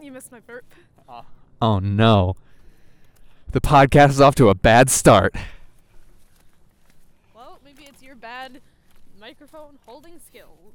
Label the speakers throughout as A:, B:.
A: You missed my burp.
B: Oh no. The podcast is off to a bad start.
A: Well, maybe it's your bad microphone holding skills.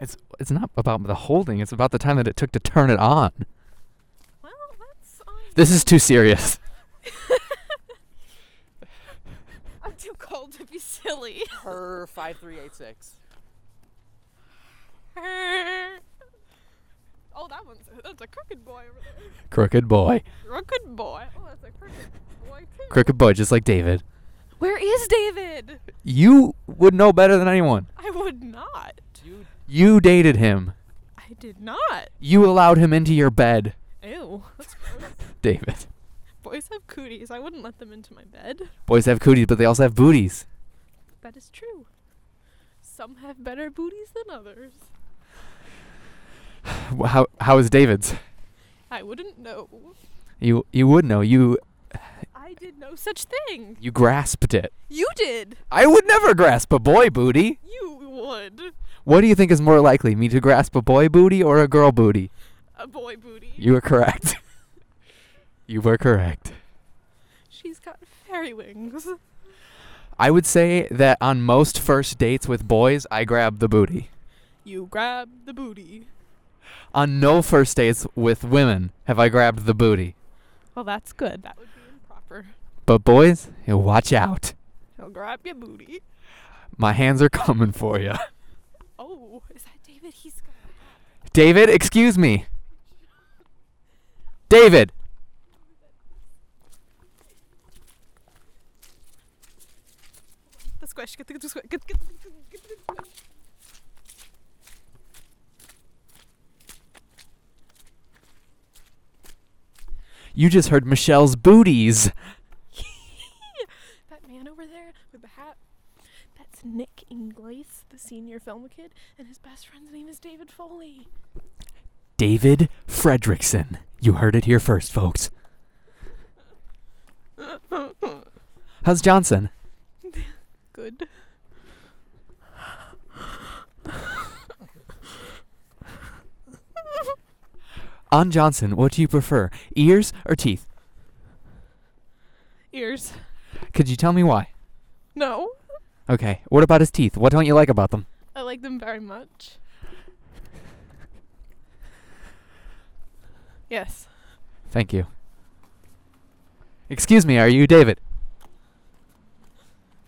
B: It's it's not about the holding, it's about the time that it took to turn it on.
A: Well, that's on.
B: This is too serious.
A: I'm too cold to be silly.
C: Her five three eight six.
A: oh, that one's that's a crooked boy over there.
B: Crooked boy.
A: Crooked boy. Oh, that's a crooked boy too.
B: Crooked boy just like David.
A: Where is David?
B: You would know better than anyone.
A: I would not.
C: You
B: You dated him.
A: I did not.
B: You allowed him into your bed,
A: Ew. That's gross.
B: David.
A: Boys have cooties. I wouldn't let them into my bed.
B: Boys have cooties, but they also have booties.
A: That is true. Some have better booties than others.
B: Wh- How how is David's?
A: I wouldn't know.
B: You you would know. You
A: I did no such thing.
B: you grasped it.
A: You did.
B: I would never grasp a boy booty.
A: You would.
B: What do you think is more likely, me to grasp a boy booty or a girl booty?
A: A boy booty.
B: You were correct. you were correct.
A: She's got fairy wings.
B: I would say that on most first dates with boys, I grab the booty.
A: You grab the booty.
B: On no first dates with women have I grabbed the booty.
A: Well, that's good. That would be improper.
B: But boys, you watch out.
A: He'll grab your booty.
B: My hands are coming for you.
A: Oh, is that David? He's gonna.
B: David, excuse me. David.
A: The squish. Get the, get the squish. Get, get, get, the- get the squish.
B: You just heard Michelle's booties.
A: That man over there with the hat. That's Nick Inglis, the senior film kid, and his best friend's name is David Foley.
B: David Fredrickson. You heard it here first, folks. How's Johnson?
A: Good.
B: On Johnson, what do you prefer, ears or teeth?
A: Ears.
B: Could you tell me why?
A: No.
B: Okay. What about his teeth? What don't you like about them?
A: I like them very much. Yes.
B: Thank you. Excuse me, are you David?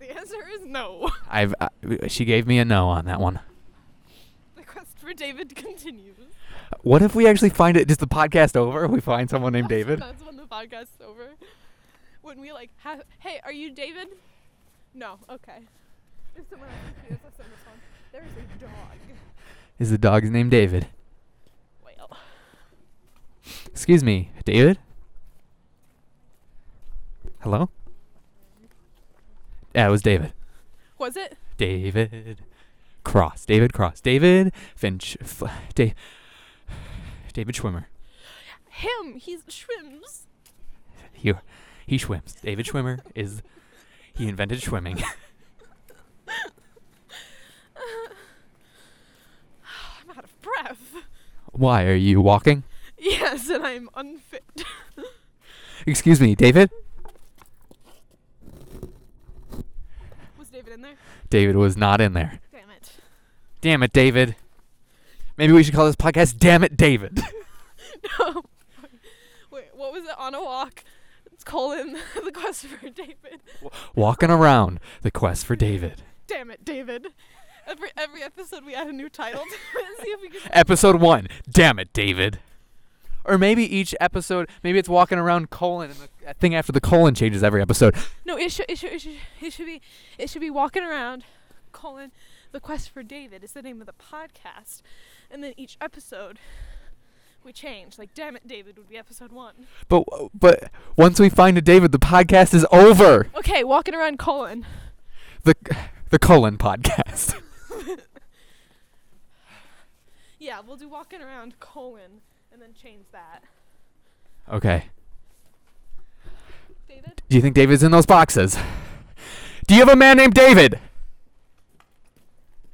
A: The answer is no.
B: I've uh, she gave me a no on that one.
A: The quest for David continues.
B: What if we actually find it? Is the podcast over? We find someone named
A: That's-
B: David.
A: That's when the podcast's over. When we like have, hey, are you David? No. Okay. If someone else confused us on this one, there is a dog.
B: Is the dog's name David?
A: Well,
B: Excuse me, David. Hello. Yeah, it was David.
A: was it?
B: David Cross. David Cross. David Finch. F- da- David Schwimmer.
A: Him. He swims.
B: He, he swims. David Schwimmer is. He invented swimming.
A: I'm out of breath.
B: Why are you walking?
A: Yes, and I'm unfit.
B: Excuse me, David?
A: was David in there?
B: David was not in there.
A: Damn it.
B: Damn it, David. Maybe we should call this podcast Damn It, David.
A: No. Wait, what was it? On a walk. It's colon the quest for David.
B: Walking around the quest for David.
A: Damn it, David. Every every episode we add a new title to it and see if we can
B: Episode 1 Damn It, David. Or maybe each episode, maybe it's walking around colon and the that thing after the colon changes every episode.
A: No, it should it should it should it should be it should be walking around colon the quest for David is the name of the podcast. And then each episode we change. Like damn it David would be episode 1.
B: But but once we find a David, the podcast is over.
A: Okay, walking around colon.
B: The the colon podcast.
A: Yeah, we'll do walking around colon and then change that.
B: Okay.
A: David?
B: Do you think David's in those boxes? Do you have a man named David?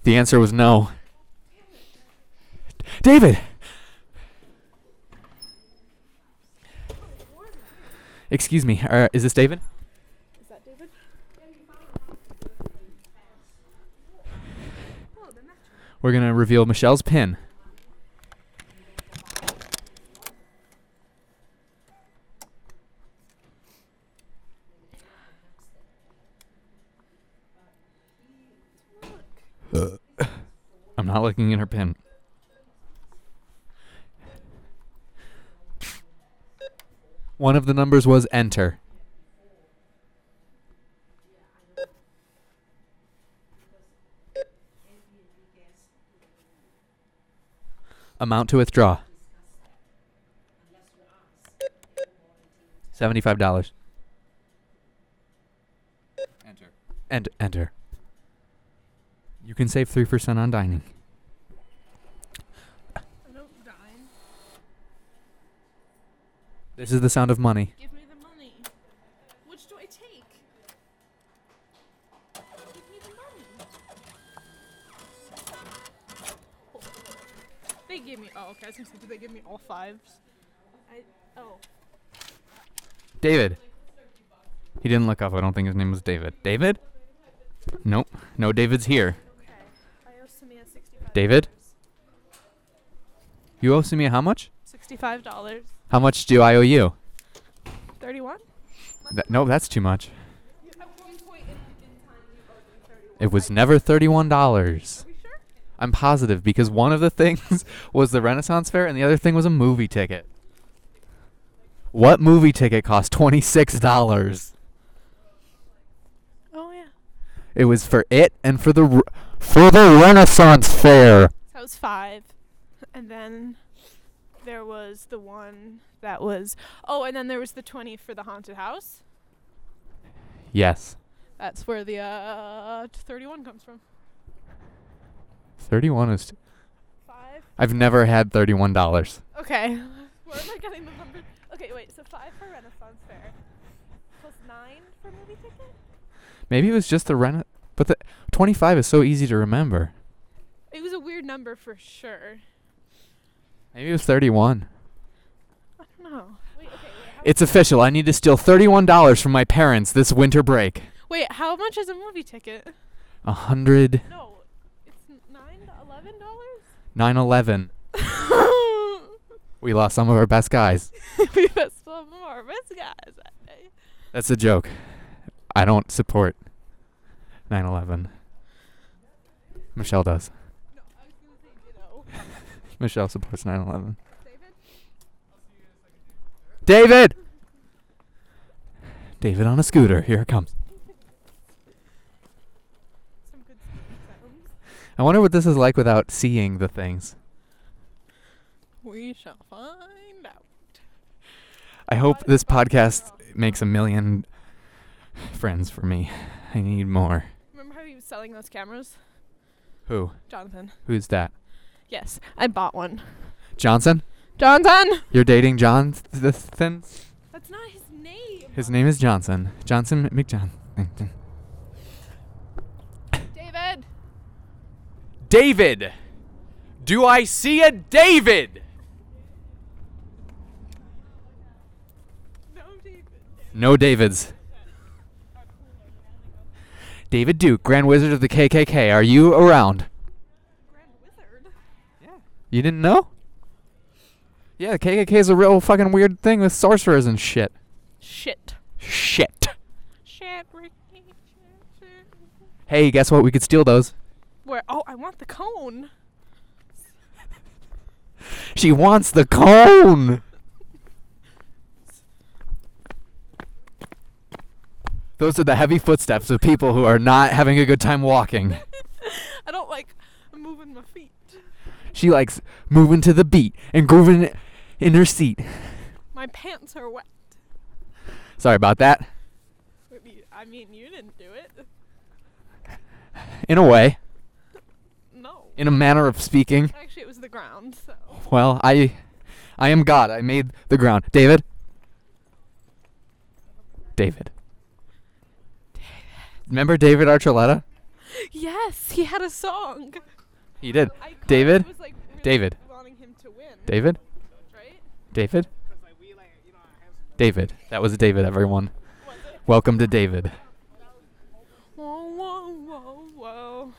B: The answer was no. David! Excuse me. Uh, is this David?
A: Is that David? Oh, the match.
B: We're gonna reveal Michelle's pin. I'm not looking at her pin. One of the numbers was enter. Amount to withdraw. Seventy-five dollars. Enter. And enter. You can save three percent on dining.
A: I don't dine.
B: This is the sound of money.
A: Give me the money. Which do I take? Give me the money. Hold on, hold on. They gave me. Oh, okay. I was gonna say, did they give me all fives? I. Oh.
B: David. He didn't look up. I don't think his name was David. David? Nope. No David's here.
A: Okay. I owe Samia sixty-five.
B: David? You owe Samia how much?
A: Sixty-five dollars.
B: How much do I owe you?
A: Thirty-one.
B: Th- no, that's too much.
A: At one point in, in time, you owed me thirty-one.
B: It was never thirty-one dollars.
A: Are we sure?
B: I'm positive because one of the things was the Renaissance Fair and the other thing was a movie ticket. What movie ticket cost twenty-six dollars?
A: Oh yeah.
B: It was for it and for the r- for the Renaissance Fair.
A: So that was five. And then there was the one that was oh, and then there was the twenty for the haunted house.
B: Yes,
A: That's where the uh thirty one comes from.
B: thirty-one is.
A: Five.
B: I've never had thirty-one dollars.
A: Okay. Where am I getting the number? Okay, wait, so five for Renaissance Fair. Plus nine for movie ticket?
B: Maybe it was just the rena, but the twenty-five is so easy to remember.
A: It was a weird number for sure.
B: Maybe it was thirty-one.
A: I don't know. Wait, okay, wait, how,
B: It's official. I need to steal thirty-one dollars from my parents this winter break.
A: wait, how much is a movie ticket?
B: A hundred
A: No, it's n- nine to eleven
B: nine eleven.
A: dollars?
B: We lost some of our best guys.
A: we missed some more best guys that day.
B: That's a joke. I don't support 9/11. Michelle does.
A: No, I was gonna say ditto.
B: Michelle supports 9/11.
A: David?
B: David. David on a scooter. Here it comes.
A: Some good sounds.
B: I wonder what this is like without seeing the things.
A: We shall find out.
B: I hope this podcast makes a million friends for me. I need more.
A: Remember how he was selling those cameras?
B: Who?
A: Jonathan.
B: Who's that?
A: Yes, I bought one.
B: Johnson?
A: Jonathan!
B: You're dating Jonathan?
A: That's not his name.
B: His name is Johnson. Johnson McJohn.
A: David!
B: David! Do I see a David?
A: No, David.
B: No Davids. David Duke, Grand Wizard of the KKK, are you around?
A: Grand Wizard.
B: You didn't know? Yeah, the KKK is a real fucking weird thing with sorcerers and shit.
A: Shit.
B: Shit.
A: Shit, Ricky. Shit, shit.
B: Hey, guess what? We could steal those.
A: Where? Oh, I want the cone.
B: She wants the cone. Those are the heavy footsteps of people who are not having a good time walking.
A: I don't like moving my feet.
B: She likes moving to the beat and grooving in her seat.
A: My pants are wet.
B: Sorry about that.
A: I mean- I mean, you didn't do it.
B: In a way,
A: No.
B: in Oh. a manner of speaking.
A: Actually, it was the ground, so.
B: Well, I I am God. I made the ground. David. David. Remember David Archuleta?
A: Yes, he had a song.
B: He did.
A: I kind of
B: David.
A: was, like, really
B: David.
A: Wanting him to win.
B: David.
A: Right?
B: David.
D: I wheel, I, you know, I have some
B: David. That was David, everyone. Welcome to David.
A: Whoa, whoa, whoa, whoa.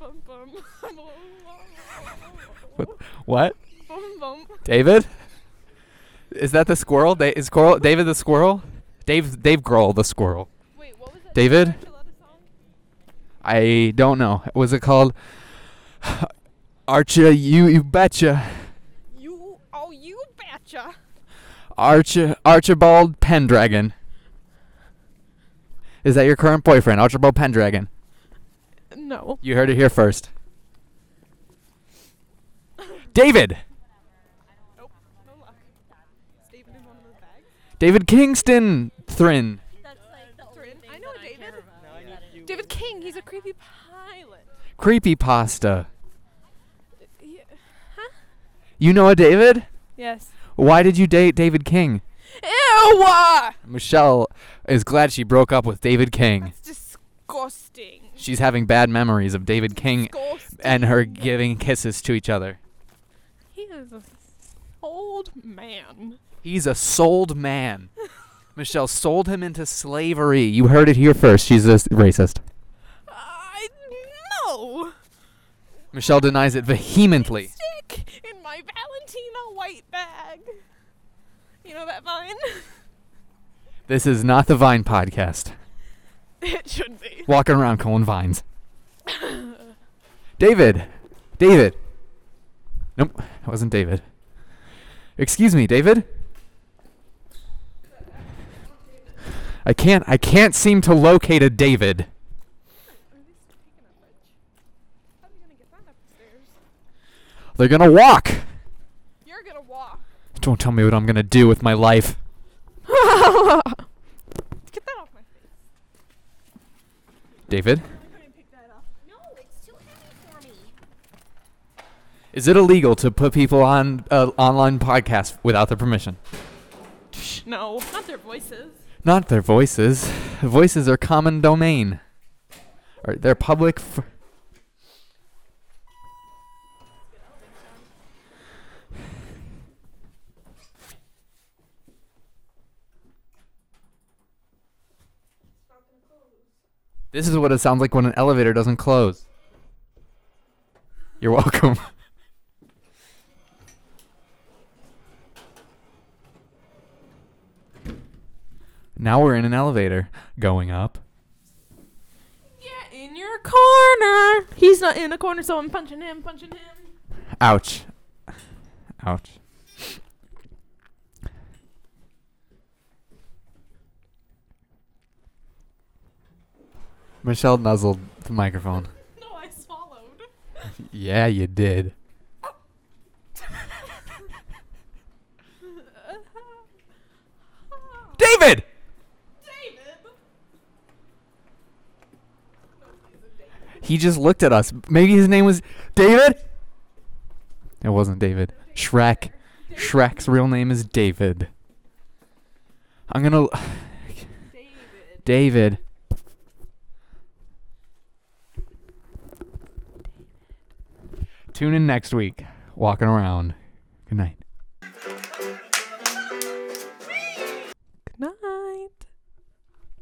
A: Bum, bum. Whoa, whoa, whoa, whoa.
B: What?
A: Bum, bum.
B: David? Is that the squirrel? Da- is squirrel David the squirrel? Dave Dave Grohl the squirrel.
A: Wait, what was that?
B: David?
A: Archuleta song?
B: I don't know. Was it called Archer you you betcha.
A: You, oh, you betcha.
B: Archer Archibald Pendragon. Is that your current boyfriend, Archibald Pendragon?
A: No.
B: You heard it here first. David!
A: Nope. No luck. Is David in one of those bags?
B: David Kingston Thrin.
D: That's like the only
A: Thrin-
D: thing
A: I know
D: that I care
A: David.
D: about that is-
A: David King, he's a creepy pilot.
B: Creepy pasta.
A: Yeah.
B: You know a David?
A: Yes.
B: Why did you date David King?
A: Ew!
B: Michelle is glad she broke up with David King.
A: That's disgusting.
B: She's having bad memories of David King
A: Disgusting.
B: and her giving kisses to each other.
A: He is an old man.
B: He's a sold man. Michelle sold him into slavery. You heard it here first. She's a s- racist.
A: I no.
B: Michelle denies it vehemently.
A: Stick in my Valentino white bag. You know that vine?
B: This is not the Vine podcast.
A: it should be.
B: Walking around calling vines. David. David. Nope, it wasn't David. Excuse me, David. I can't I can't seem to locate a David.
A: How are you gonna get that up the stairs?
B: They're going to walk.
A: You're gonna walk.
B: Don't tell me what I'm going to do with my life.
A: Get that off my face.
B: David,
A: I'm gonna pick that up.
D: No, it's too heavy for me.
B: is it illegal to put people on uh, online podcasts without their permission?
A: No, not their voices.
B: Not their voices. Voices are common domain. Or they're public. F- this is what it sounds like when an elevator doesn't close. You're welcome. now we're in an elevator going up.
A: Yeah, in your corner. He's not in a corner, so I'm punching him, punching him.
B: Ouch. Ouch. Michelle nuzzled the microphone.
A: No, I swallowed.
B: Yeah, you did. David!
A: David.
B: He just looked at us. Maybe his name was David? It wasn't David. Shrek. Shrek's real name is David. I'm gonna.
A: David.
B: David. Tune in next week. Walking around. Good night.